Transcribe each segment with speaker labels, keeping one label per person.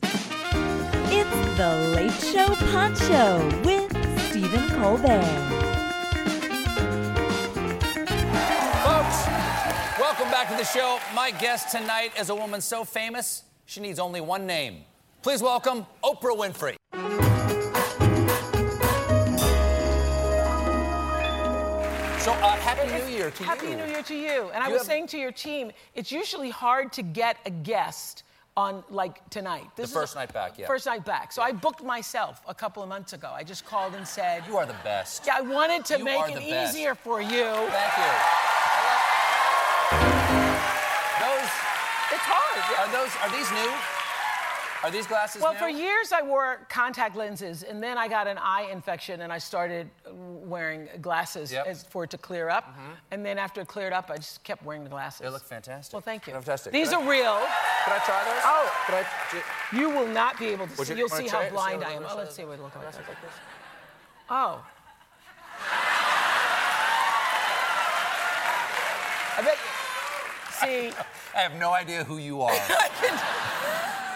Speaker 1: It's the Late Show Poncho with Stephen Colbert.
Speaker 2: Folks, welcome back to the show. My guest tonight is a woman so famous, she needs only one name. Please welcome Oprah Winfrey. So, uh, Happy New Year to
Speaker 3: Happy
Speaker 2: you.
Speaker 3: New Year to you. And I
Speaker 2: You
Speaker 3: was
Speaker 2: have-
Speaker 3: saying to your team, it's usually hard to get a guest on like tonight. This
Speaker 2: first night back, yeah.
Speaker 3: First night back. So I booked myself a couple of months ago. I just called and said,
Speaker 2: You are the best.
Speaker 3: Yeah, I wanted to
Speaker 2: You are
Speaker 3: make it
Speaker 2: the best.
Speaker 3: easier for you.
Speaker 2: Thank you. Those
Speaker 3: It's hard. yeah.
Speaker 2: are those are these new? Are these glasses
Speaker 3: Well,
Speaker 2: new?
Speaker 3: for years I wore contact lenses, and then I got an eye infection, and I started uh, wearing glasses
Speaker 2: Yep. Mm-hmm.
Speaker 3: as, for it to clear up. And then after it cleared up, I just kept wearing the glasses.
Speaker 2: They look fantastic.
Speaker 3: Well, thank you.
Speaker 2: Fantastic.
Speaker 3: These
Speaker 2: Can
Speaker 3: are real.
Speaker 2: I, can I try those?
Speaker 3: Oh.
Speaker 2: Can I, do-
Speaker 3: You will not be able to
Speaker 2: Would
Speaker 3: see.
Speaker 2: you-
Speaker 3: You, will
Speaker 2: wanna
Speaker 3: see how
Speaker 2: try it? See
Speaker 3: blind
Speaker 2: what
Speaker 3: I
Speaker 2: it
Speaker 3: am.
Speaker 2: looks
Speaker 3: Oh,
Speaker 2: like?
Speaker 3: let's see what it looks like.
Speaker 2: Glasses like this?
Speaker 3: Oh. I bet you. See,
Speaker 2: I have no idea who you are.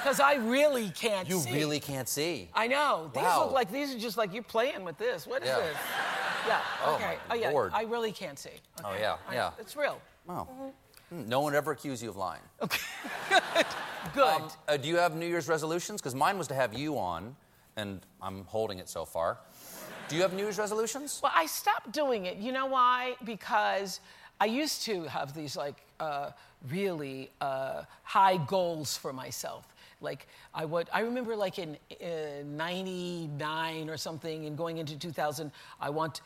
Speaker 3: because I really can't
Speaker 2: you
Speaker 3: see.
Speaker 2: really can't see.
Speaker 3: I know. These
Speaker 2: Wow.
Speaker 3: look like these are just like you're playing with this. What is
Speaker 2: Yeah.
Speaker 3: this? Yeah.
Speaker 2: Oh,
Speaker 3: okay.
Speaker 2: my
Speaker 3: oh yeah.
Speaker 2: Lord.
Speaker 3: I really can't see. Okay.
Speaker 2: Oh, yeah,
Speaker 3: All right.
Speaker 2: yeah.
Speaker 3: It's real.
Speaker 2: Wow. Hmm, No one ever accused you of lying.
Speaker 3: Okay. Good.
Speaker 2: Um, uh, do you have New Year's resolutions? Because mine was to have you on, and I'm holding it so far. Do you have New Year's resolutions?
Speaker 3: Well, I stopped doing it. You know why? Because I used to have these like uh, really uh, high goals for myself. Like I would, I remember like in uh, '99 or something, and going into 2000, I want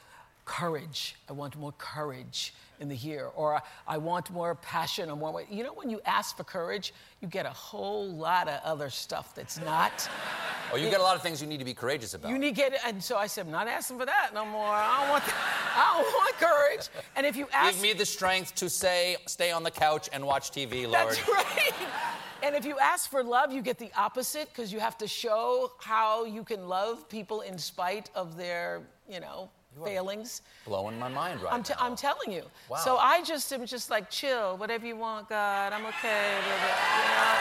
Speaker 3: courage. I want more courage in the year, or I, I want more passion, or more. You know, when you ask for courage, you get a whole lot of other stuff that's not.
Speaker 2: Oh, you got a lot of things you need to be courageous about.
Speaker 3: You need to get, and so I said, I'm not asking for that no more. I don't want, that. I don't want courage. And if you ask,
Speaker 2: Give me the strength to say, stay on the couch and watch TV, Lord.
Speaker 3: that's right. And if you ask for love, you get the opposite because you have to show how you can love people in spite of their, you know, failings.
Speaker 2: Blowing my mind right
Speaker 3: I'm, t-
Speaker 2: now.
Speaker 3: I'm telling you.
Speaker 2: Wow.
Speaker 3: So I just am just like chill, whatever you want, God. I'm okay with it. You know?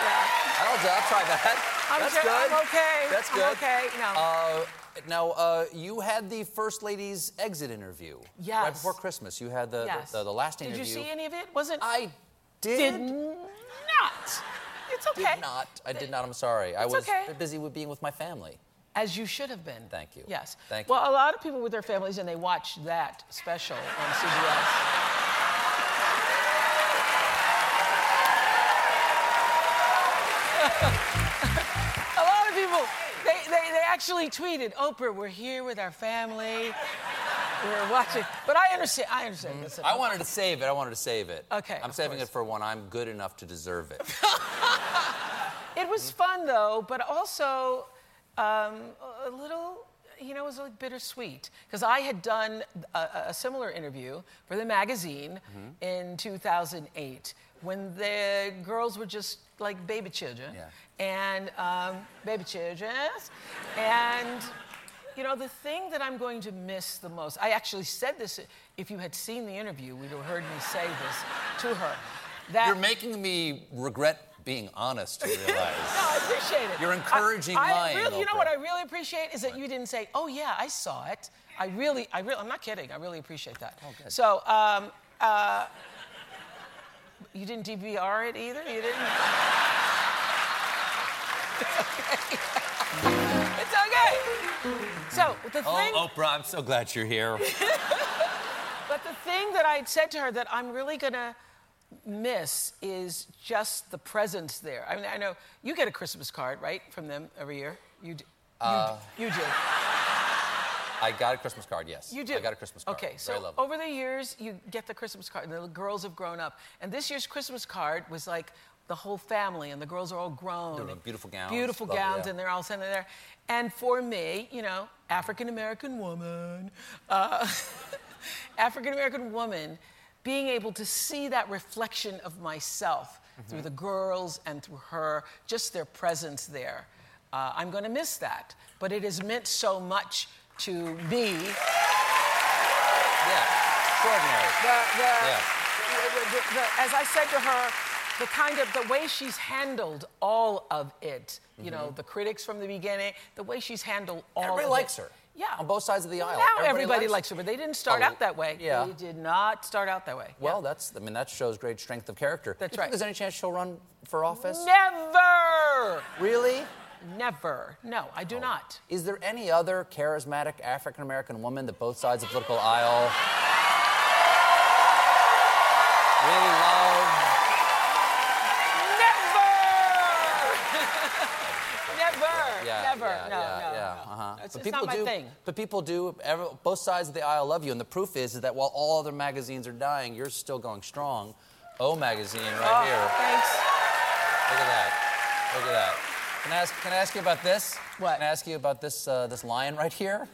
Speaker 3: Yeah.
Speaker 2: I'll, I'll try that.
Speaker 3: I'm
Speaker 2: That's
Speaker 3: sure-
Speaker 2: good.
Speaker 3: I'm okay.
Speaker 2: That's
Speaker 3: I'm
Speaker 2: good.
Speaker 3: okay, no.
Speaker 2: Uh, now, uh, you had the First Lady's exit interview. Right
Speaker 3: Yes.
Speaker 2: before Christmas. You had the,
Speaker 3: Yes.
Speaker 2: the, the, the last
Speaker 3: Did
Speaker 2: interview.
Speaker 3: you see any of it? Wasn't
Speaker 2: I did.
Speaker 3: did not. It's
Speaker 2: did
Speaker 3: okay.
Speaker 2: not. I did not. I'm sorry. I
Speaker 3: It's
Speaker 2: was
Speaker 3: okay.
Speaker 2: busy with being with my family.
Speaker 3: As you should have been.
Speaker 2: Thank you.
Speaker 3: Yes.
Speaker 2: Thank
Speaker 3: well,
Speaker 2: you.
Speaker 3: a lot of people with their families and they watch that special on CBS. a lot of people, they, they, they actually tweeted, Oprah, we're here with our family. We're watching. But I understand. I understand. this.
Speaker 2: Mm-hmm. I wanted to save it. I wanted to save it.
Speaker 3: Okay,
Speaker 2: I'm
Speaker 3: of
Speaker 2: saving
Speaker 3: course.
Speaker 2: it for when I'm good enough to deserve it.
Speaker 3: It was fun though, but also um, a little, you know, it was like bittersweet because I had done a, a- a similar interview for the magazine
Speaker 2: Mm-hmm.
Speaker 3: in 2008 when the girls were just like baby children
Speaker 2: Yeah.
Speaker 3: and um, baby children and. You know, the thing that I'm going to miss the most, I actually said this, if you had seen the interview, we'd have heard me say this to her. That
Speaker 2: You're making me regret being honest to
Speaker 3: no,
Speaker 2: realize.
Speaker 3: I appreciate it.
Speaker 2: You're encouraging
Speaker 3: I, I
Speaker 2: lying,
Speaker 3: Really, you know what I
Speaker 2: Oprah.
Speaker 3: really appreciate is that you didn't say, "Oh yeah, I saw it." I really, I really, I'm not kidding. I really appreciate that.
Speaker 2: Oh, good.
Speaker 3: So, um, uh, you didn't DVR it either. You didn't. It's okay. So the thing,
Speaker 2: Oh, Oprah, I'm so glad you're here.
Speaker 3: but the thing that I had said to her that I'm really gonna miss is just the presence there. I mean, I know you get a Christmas card, right, from them every year. You do. You,
Speaker 2: Uh,
Speaker 3: do. you do.
Speaker 2: I got a Christmas card, yes.
Speaker 3: You do.
Speaker 2: I got a Christmas card.
Speaker 3: Okay,
Speaker 2: Very
Speaker 3: so
Speaker 2: lovely.
Speaker 3: over the years, you get the Christmas card, and the girls have grown up. And this year's Christmas card was like the whole family, and the girls are all grown.
Speaker 2: They're in beautiful gowns,
Speaker 3: Beautiful
Speaker 2: lovely,
Speaker 3: gowns,
Speaker 2: yeah.
Speaker 3: and they're all sitting there. And for me, you know, African American woman, uh, African American woman, being able to see that reflection of myself
Speaker 2: Mm-hmm.
Speaker 3: through the girls and through her, just their presence there. Uh, I'm going to miss that, but it has meant so much to me.
Speaker 2: yeah. Extraordinary.
Speaker 3: The, the,
Speaker 2: Yeah.
Speaker 3: the- the- the- as I said to her, the kind of the way she's handled all of it, you know, the critics from the beginning, the way she's handled all.
Speaker 2: Mm-hmm. Everybody
Speaker 3: of
Speaker 2: likes
Speaker 3: it.
Speaker 2: her.
Speaker 3: Yeah.
Speaker 2: On both sides of the aisle.
Speaker 3: Now
Speaker 2: Everybody
Speaker 3: everybody,
Speaker 2: likes
Speaker 3: likes,
Speaker 2: her.
Speaker 3: her, but they didn't start
Speaker 2: Oh,
Speaker 3: out that way.
Speaker 2: yeah.
Speaker 3: They did not start out that way.
Speaker 2: Well, that's, I mean, that shows great strength of character.
Speaker 3: That's
Speaker 2: Do you
Speaker 3: right.
Speaker 2: think there's any chance she'll run for office?
Speaker 3: never,
Speaker 2: Really? Oh.
Speaker 3: never. No, I do not.
Speaker 2: Is there any other charismatic African American woman that both sides of the political aisle really love?
Speaker 3: Never, never, never. no,
Speaker 2: yeah,
Speaker 3: no,
Speaker 2: yeah,
Speaker 3: no.
Speaker 2: uh-huh.
Speaker 3: It's,
Speaker 2: But
Speaker 3: it's not my
Speaker 2: do,
Speaker 3: thing.
Speaker 2: But people do. Every, both sides of the aisle love you, and the proof is, is that while all other magazines are dying, yours is still going strong. O magazine right
Speaker 3: Oh,
Speaker 2: here.
Speaker 3: thanks.
Speaker 2: Look at that. Look at that. Can I ask, can I ask you about this?
Speaker 3: What?
Speaker 2: Can I ask you about this, uh, this lion right here?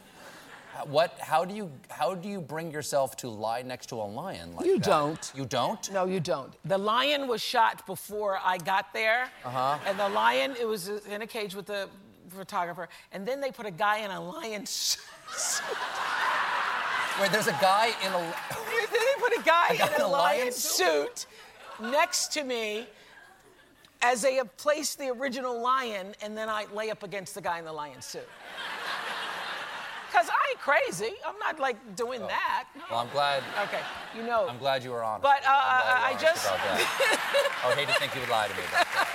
Speaker 2: Uh, What, how, do you, how do you bring yourself to lie next to a lion like
Speaker 3: You
Speaker 2: that?
Speaker 3: don't.
Speaker 2: You don't?
Speaker 3: No, you don't. The lion was shot before I got there. Uh-huh. And the lion, it was in a cage with the photographer. And then they put a guy in a lion suit.
Speaker 2: Wait, there's a guy in a.
Speaker 3: then they put a guy,
Speaker 2: guy
Speaker 3: in a, lion, suit next to me as they have placed the original lion, and then I lay up against the guy in the lion suit. Because I ain't crazy. I'm not like doing that. No.
Speaker 2: Oh. Well, I'm glad.
Speaker 3: Okay, you know.
Speaker 2: I'm glad you were honest.
Speaker 3: But, uh,
Speaker 2: I'm glad you were
Speaker 3: I- I
Speaker 2: honest
Speaker 3: just-
Speaker 2: about that. I would hate to think you would lie to me about that.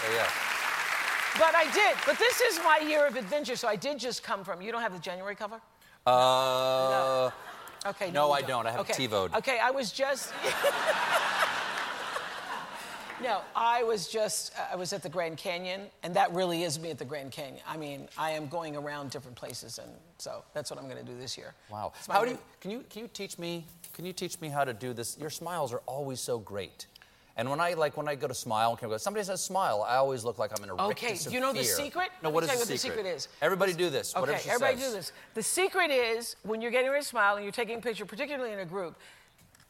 Speaker 2: But yeah.
Speaker 3: But I did. But this is my year of adventure, so I did just come from. You don't have the January cover?
Speaker 2: Uh,
Speaker 3: Okay.
Speaker 2: No, I
Speaker 3: you
Speaker 2: don't. I have it
Speaker 3: okay.
Speaker 2: TiVo'd.
Speaker 3: Okay, I was just. no, I was just. I was at the Grand Canyon, and that really is me at the Grand Canyon. I mean, I am going around different places, and so that's what I'm going to do this year.
Speaker 2: Wow.
Speaker 3: It's my
Speaker 2: How do
Speaker 3: new-
Speaker 2: you, can you can you teach me can you teach me how to do this? Your smiles are always so great. And when I like when I go to smile, can I go, somebody says smile, I always look like I'm in a
Speaker 3: Okay,
Speaker 2: rictus of
Speaker 3: you know the
Speaker 2: fear.
Speaker 3: secret?
Speaker 2: No,
Speaker 3: Let me
Speaker 2: what is the
Speaker 3: tell you what the
Speaker 2: secret?
Speaker 3: secret is.
Speaker 2: Everybody do this. whatever
Speaker 3: Okay,
Speaker 2: she
Speaker 3: everybody
Speaker 2: says.
Speaker 3: do this. The secret is when you're getting ready to smile and you're taking a picture, particularly in a group,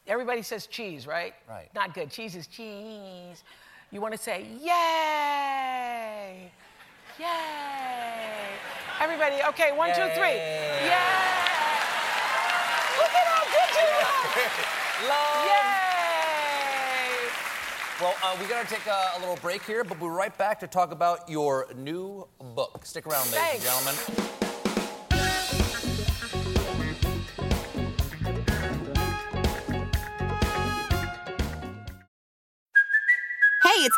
Speaker 3: everybody says cheese, right?
Speaker 2: Right.
Speaker 3: Not good. Cheese is cheese. You want to say, yay! Yay! Everybody, okay, one, two, three.
Speaker 2: Yay.
Speaker 3: Yay! Look at how good you are!
Speaker 2: Love.
Speaker 3: Yay!
Speaker 2: Well, uh, we gotta take a, a little break here, but we're right back to talk about your new book. Stick around, ladies and
Speaker 3: Thanks.
Speaker 2: gentlemen.
Speaker 4: Hey, it's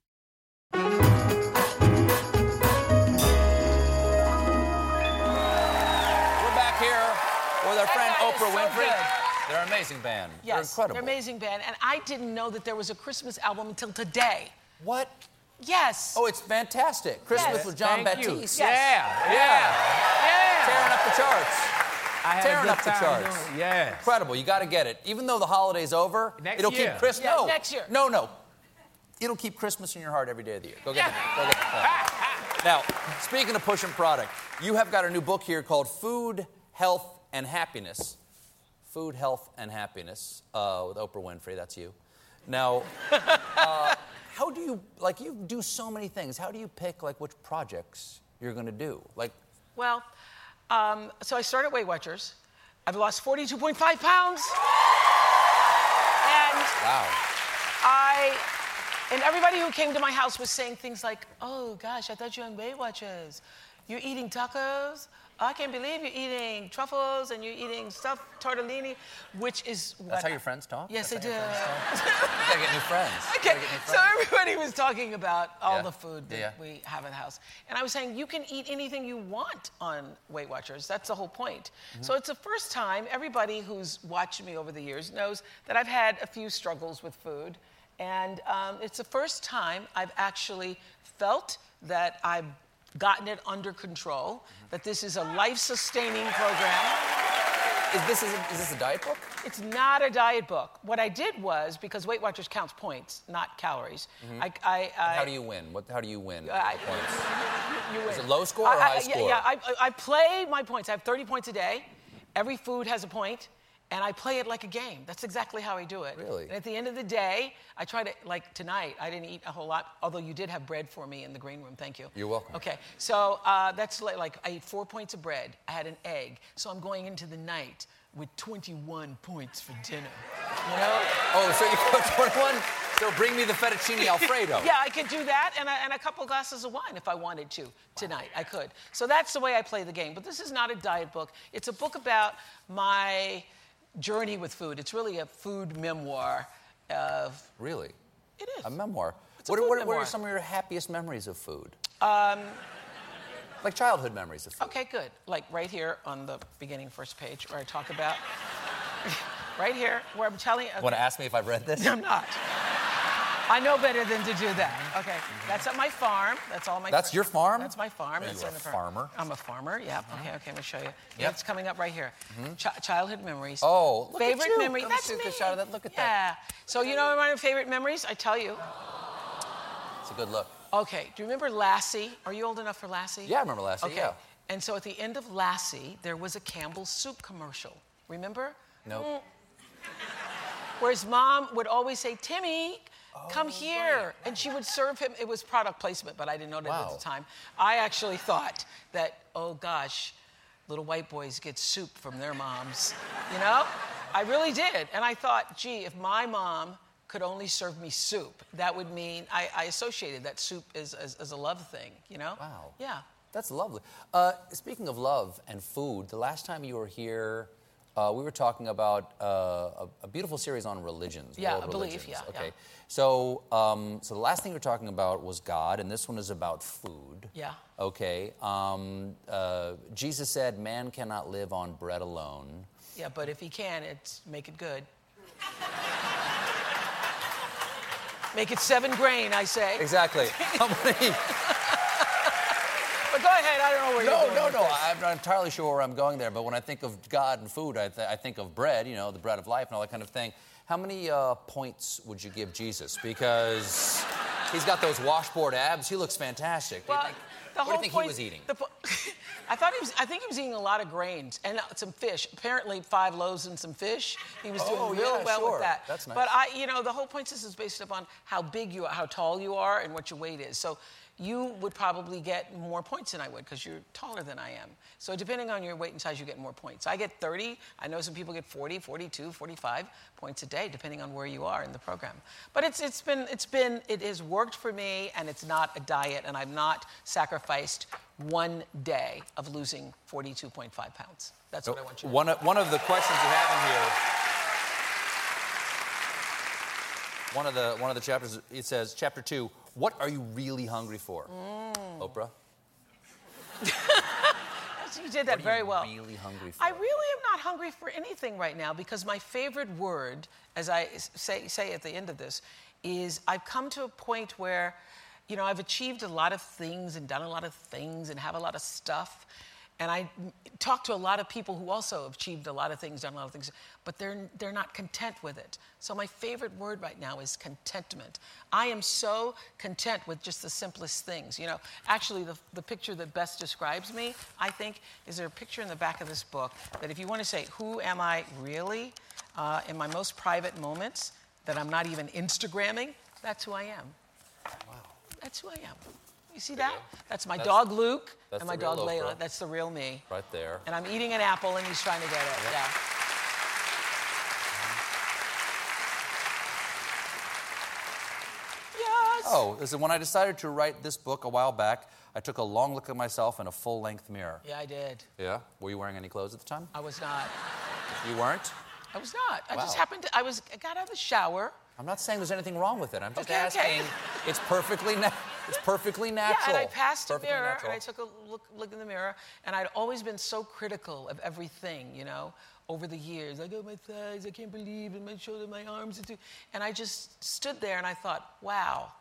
Speaker 2: We're back here with our friend
Speaker 3: guy is
Speaker 2: Oprah
Speaker 3: so
Speaker 2: Winfrey.
Speaker 3: good.
Speaker 2: They're an amazing band.
Speaker 3: Yes,
Speaker 2: They're incredible.
Speaker 3: amazing band. And I didn't know that there was a Christmas album until today.
Speaker 2: What?
Speaker 3: Yes.
Speaker 2: Oh, it's fantastic. Christmas
Speaker 3: Yes.
Speaker 2: with John
Speaker 5: Thank you.
Speaker 2: Baptiste.
Speaker 5: Yeah,
Speaker 2: yeah.
Speaker 5: yeah.
Speaker 2: Tearing up the charts.
Speaker 5: I had a
Speaker 2: Tearing
Speaker 5: good
Speaker 2: up the
Speaker 5: time
Speaker 2: charts.
Speaker 5: doing it. Yes.
Speaker 2: Incredible. You got to get it. Even though the holiday's over,
Speaker 5: Next
Speaker 2: it'll
Speaker 5: year.
Speaker 2: keep Christmas.
Speaker 3: Yeah,
Speaker 2: no.
Speaker 3: next year.
Speaker 2: No, no. It'll keep Christmas in your heart every day of the year. Go get it. Go get it. now, speaking of pushing product, you have got a new book here called Food, Health, and Happiness. Food, Health, and Happiness uh, with Oprah Winfrey. That's you. Now, uh, how do you like? You do so many things. How do you pick like which projects you're going to do? Like,
Speaker 3: Well, um, so I started Weight Watchers. I've lost 42.5 pounds. And
Speaker 2: wow.
Speaker 3: I, and everybody who came to my house was saying things like, oh gosh, I thought you were on Weight Watchers. You're eating tacos? Oh, I can't believe you're eating truffles and you're eating stuffed tortellini, which is what
Speaker 2: That's how your friends talk?
Speaker 3: Yes,
Speaker 2: That's
Speaker 3: they
Speaker 2: how your
Speaker 3: do.
Speaker 2: friends talk? You gotta get new friends. You
Speaker 3: Okay,
Speaker 2: gotta get new
Speaker 3: so
Speaker 2: friends.
Speaker 3: everybody was talking about all
Speaker 2: Yeah.
Speaker 3: the food that
Speaker 2: Yeah.
Speaker 3: we have in the house. And I was saying, you can eat anything you want on Weight Watchers. That's the whole point.
Speaker 2: Mm-hmm.
Speaker 3: So it's the first time everybody who's watched me over the years knows that I've had a few struggles with food. And um, it's the first time I've actually felt that I've gotten it under control,
Speaker 2: Mm-hmm.
Speaker 3: that this is a life sustaining program.
Speaker 2: Is this, is, is this a diet book?
Speaker 3: It's not a diet book. What I did was because Weight Watchers counts points, not calories. I, I, I,
Speaker 2: Mm-hmm. How do you win? What, how do you win?
Speaker 3: I-
Speaker 2: the points?
Speaker 3: you win.
Speaker 2: Is it low score or
Speaker 3: I- I-
Speaker 2: high
Speaker 3: yeah,
Speaker 2: score?
Speaker 3: Yeah, I, I- I play my points. I have 30 points a day. Every food has a point, and I play it like a game. That's exactly how I do it.
Speaker 2: Really?
Speaker 3: And at the end of the day, I try to like tonight. I didn't eat a whole lot, although you did have bread for me in the green room. Thank you.
Speaker 2: You're welcome.
Speaker 3: Okay, so uh, that's like, like I ate four points of bread. I had an egg, so I'm going into the night with 21 points for dinner. You know?
Speaker 2: Oh, so you go 21? So bring me the fettuccine alfredo.
Speaker 3: Yeah, I could do that and a, and a couple glasses of wine if I wanted to tonight. I could. So that's the way I play the game. But this is not a diet book. It's a book about my journey with food. It's really a food memoir of
Speaker 2: Really?
Speaker 3: it is.
Speaker 2: A memoir.
Speaker 3: It's a
Speaker 2: What, are-
Speaker 3: food
Speaker 2: what, are- what
Speaker 3: memoir.
Speaker 2: are some of your happiest memories of food? Um, like childhood memories of food.
Speaker 3: Okay, good. Like right here on the beginning first page where I talk about right here where I'm telling you
Speaker 2: Want to ask me if I've read this?
Speaker 3: I'm not. I know better than to do that. Okay, that's at my farm. That's all my.
Speaker 2: That's your farm?
Speaker 3: That's my farm.
Speaker 2: Yeah,
Speaker 3: That's
Speaker 2: you are
Speaker 3: on
Speaker 2: a
Speaker 3: the farm.
Speaker 2: farmer.
Speaker 3: I'm a farmer. Yeah. Okay. Okay. Let me show you.
Speaker 2: Yep. Mm-hmm.
Speaker 3: It's coming up right here. Chi- childhood memories.
Speaker 2: Oh, look at
Speaker 3: favorite
Speaker 2: you.
Speaker 3: memory.
Speaker 2: Let me
Speaker 3: that's
Speaker 2: see a
Speaker 3: me.
Speaker 2: good shot of that. Look at
Speaker 3: yeah.
Speaker 2: that.
Speaker 3: Yeah. So you know what my favorite memories? I tell you.
Speaker 2: It's a good look.
Speaker 3: Okay. Do you remember Lassie? Are you old enough for Lassie?
Speaker 2: Yeah, I remember Lassie,
Speaker 3: Okay.
Speaker 2: yeah.
Speaker 3: And so at the end of Lassie, there was a Campbell's soup commercial. Remember?
Speaker 2: No.
Speaker 3: Whereas mom would always say, Timmy,
Speaker 2: Oh,
Speaker 3: come here. And she would serve him. It was product placement, but I didn't know that
Speaker 2: Wow.
Speaker 3: at the time. I actually thought that, oh gosh, little white boys get soup from their moms. You know? I really did. And I thought, gee, if my mom could only serve me soup, that would mean I, I associated that soup as, as, as a love thing, you know?
Speaker 2: Wow.
Speaker 3: Yeah.
Speaker 2: That's lovely. Uh, speaking of love and food, the last time you were here, uh, we were talking about uh, a, a beautiful series on religions.
Speaker 3: Yeah,
Speaker 2: world
Speaker 3: I believe,
Speaker 2: religions.
Speaker 3: yeah,
Speaker 2: Okay.
Speaker 3: yeah.
Speaker 2: So, um, so the last thing we were talking about was God, and this one is about food.
Speaker 3: Yeah.
Speaker 2: Okay. Um, uh, Jesus said, "Man cannot live on bread alone."
Speaker 3: Yeah, but if he can, it's make it good. make it seven grain, I say.
Speaker 2: Exactly. How many-
Speaker 3: But go ahead. I don't know where
Speaker 2: No,
Speaker 3: you're going.
Speaker 2: no,
Speaker 3: with
Speaker 2: no.
Speaker 3: this.
Speaker 2: I'm not entirely sure where I'm going there, but when I think of God and food, I, th- I think of bread, you know, the bread of life and all that kind of thing. How many uh, points would you give Jesus? Because he's got those washboard abs. He looks fantastic. What do you
Speaker 3: Well,
Speaker 2: think-
Speaker 3: Uh,
Speaker 2: what
Speaker 3: the
Speaker 2: do
Speaker 3: whole
Speaker 2: you think
Speaker 3: point-
Speaker 2: he was eating?
Speaker 3: the po- I thought he was. I think he was eating a lot of grains and uh, some fish. Apparently, five loaves and some fish. He was
Speaker 2: Oh,
Speaker 3: doing real
Speaker 2: yeah,
Speaker 3: well
Speaker 2: sure.
Speaker 3: with that.
Speaker 2: That's nice.
Speaker 3: But I, you know, the whole point is is based upon how big you are, how tall you are, and what your weight is. So. You would probably get more points than I would because you're taller than I am. So, depending on your weight and size, you get more points. I get 30. I know some people get 40, 42, 45 points a day, depending on where you are in the program. But it's, it's been, it's been, it has worked for me, and it's not a diet, and I've not sacrificed one day of losing 42.5 pounds. That's what I want you to
Speaker 2: Oh, One of, one of the questions you have in here. One of the one of the chapters it says chapter two. What are you really hungry for, Oprah?
Speaker 3: You did that
Speaker 2: are you
Speaker 3: very well.
Speaker 2: really hungry
Speaker 3: I
Speaker 2: for?
Speaker 3: really am not hungry for anything right now because my favorite word, as I s- say, say at the end of this, is I've come to a point where you know, I've achieved a lot of things and done a lot of things and have a lot of stuff. And I talk to a lot of people who also have achieved a lot of things, done a lot of things, but they're, they're not content with it. So, my favorite word right now is contentment. I am so content with just the simplest things. You know, actually, the, the picture that best describes me, I think, is there a picture in the back of this book that if you want to say, Who am I really uh, in my most private moments that I'm not even Instagramming? That's who I am. That's who I am. You see that? That's my dog Luke
Speaker 2: that's
Speaker 3: and
Speaker 2: the
Speaker 3: my
Speaker 2: real
Speaker 3: dog
Speaker 2: Oprah.
Speaker 3: Layla. That's the real me.
Speaker 2: Right there.
Speaker 3: And I'm eating an apple and he's trying to get it. Yeah. Yes.
Speaker 2: Oh, this is when I decided to write this book a while back. I took a long look at myself in a full-length mirror.
Speaker 3: Yeah, Oh. I did.
Speaker 2: Yeah. Were you wearing any clothes at the time?
Speaker 3: I was not.
Speaker 2: You weren't.
Speaker 3: I was not. I just
Speaker 2: Wow.
Speaker 3: happened to. I was. I got out of the shower.
Speaker 2: I'm not saying there's anything wrong with it. I'm just
Speaker 3: Okay,
Speaker 2: asking.
Speaker 3: okay.
Speaker 2: It's perfectly na- it's perfectly natural.
Speaker 3: Yeah, and I passed a
Speaker 2: perfectly
Speaker 3: mirror
Speaker 2: natural.
Speaker 3: and I took a look, look in the mirror, and I'd always been so critical of everything, you know, over the years. Like, oh, my thighs, I can't believe, and my shoulder, my arms, and, too-" and I just stood there and I thought, wow,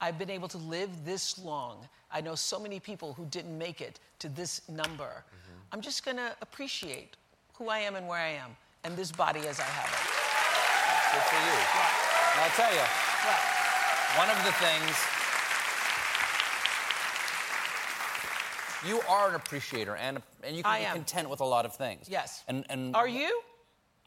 Speaker 3: I've been able to live this long. I know so many people who didn't make it to this number.
Speaker 2: Mm-hmm.
Speaker 3: I'm just gonna appreciate who I am and where I am, and this body as I have it.
Speaker 2: Good for you. And I'll tell you, one of the things. You are an appreciator, and, and you can
Speaker 3: I
Speaker 2: be
Speaker 3: am.
Speaker 2: content with a lot of things.
Speaker 3: Yes.
Speaker 2: And, and
Speaker 3: Are you?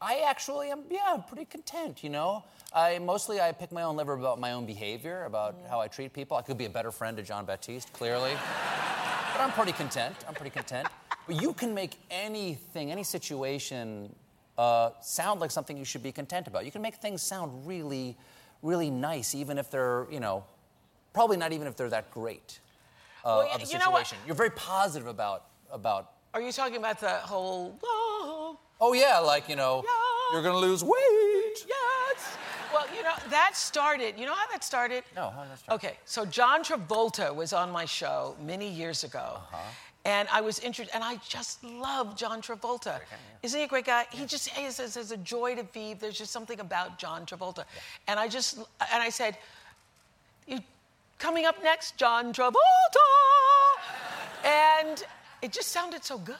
Speaker 2: I actually am, yeah, I'm pretty content, you know? I mostly I pick my own liver about my own behavior,
Speaker 3: Mm.
Speaker 2: about how I treat people. I could be a better friend to John Baptiste, clearly. but I'm pretty content. I'm pretty content. but you can make anything, any situation, uh, sound like something you should be content about. You can make things sound really, really nice, even if they're, you know, probably not even if they're that great uh,
Speaker 3: Well, y-
Speaker 2: of a
Speaker 3: you
Speaker 2: situation.
Speaker 3: know what?
Speaker 2: You're very positive about about
Speaker 3: Are you talking about the whole? "Oh,
Speaker 2: Oh yeah, like you know,
Speaker 3: Yeah.
Speaker 2: you're gonna lose weight.
Speaker 3: Yes. Well, you know, that started, you know how that started?
Speaker 2: No, how did that start?
Speaker 3: Okay, so John Travolta was on my show many years ago.
Speaker 2: Uh-huh.
Speaker 3: And I was introduced, and I just love John Travolta. Isn't he a great guy? He just is, is, is a joy to be. There's just something about John Travolta. And I just, and I said, you, coming up next, John Travolta. And it just sounded so good.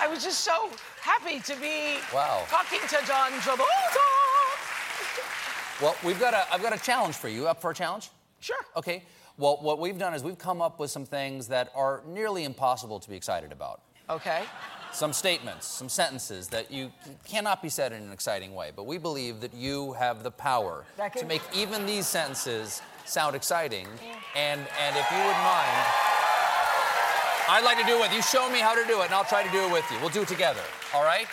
Speaker 3: I was just so happy to be
Speaker 2: Wow.
Speaker 3: talking to John Travolta.
Speaker 2: Well, we've got a, I've got a challenge for you. Up for a challenge?
Speaker 3: Sure.
Speaker 2: Okay. Well, what we've done is we've come up with some things that are nearly impossible to be excited about.
Speaker 3: Okay.
Speaker 2: Some statements, some sentences that you cannot be said in an exciting way, but we believe that you have the power
Speaker 3: That
Speaker 2: to
Speaker 3: can-
Speaker 2: make even these sentences sound exciting. And and if you would mind, I'd like to do it with you. Show me how to do it, and I'll try to do it with you. We'll do it together. All right?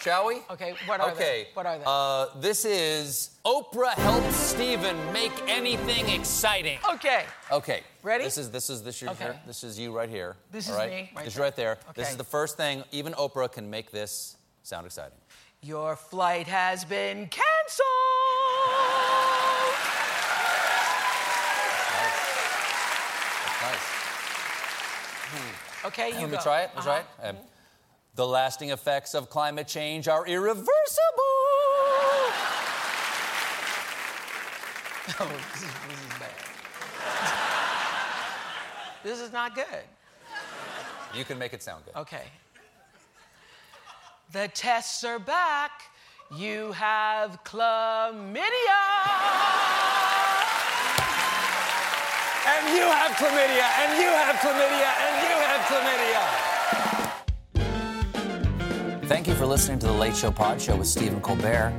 Speaker 2: Shall we?
Speaker 3: Okay, what are they?
Speaker 2: Okay.
Speaker 3: What are they?
Speaker 2: Uh, this is Oprah helps Steven make anything exciting.
Speaker 3: Okay.
Speaker 2: Okay.
Speaker 3: Ready?
Speaker 2: This is this is this your,
Speaker 3: Okay.
Speaker 2: this is you right here.
Speaker 3: This
Speaker 2: all
Speaker 3: is
Speaker 2: right?
Speaker 3: me right
Speaker 2: this is
Speaker 3: there.
Speaker 2: right there. This
Speaker 3: Okay.
Speaker 2: is the first thing. Even Oprah can make this sound exciting.
Speaker 3: Your flight has been canceled.
Speaker 2: That's nice.
Speaker 3: Okay, you
Speaker 2: Let me
Speaker 3: go. Uh-huh.
Speaker 2: try it. Let's try it. Um, The lasting effects of climate change are irreversible.
Speaker 3: Oh, this is, this is bad. this is not good.
Speaker 2: You can make it sound good.
Speaker 3: Okay. The tests are back. You have chlamydia.
Speaker 2: And you have chlamydia. And you have chlamydia. And you have chlamydia. Thank you for listening to the Late Show Pod Show with Stephen Colbert.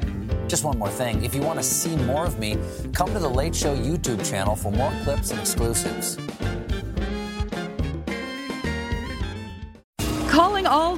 Speaker 2: Just one more thing. If you want to see more of me, come to the Late Show YouTube channel for more clips and exclusives.
Speaker 5: Calling all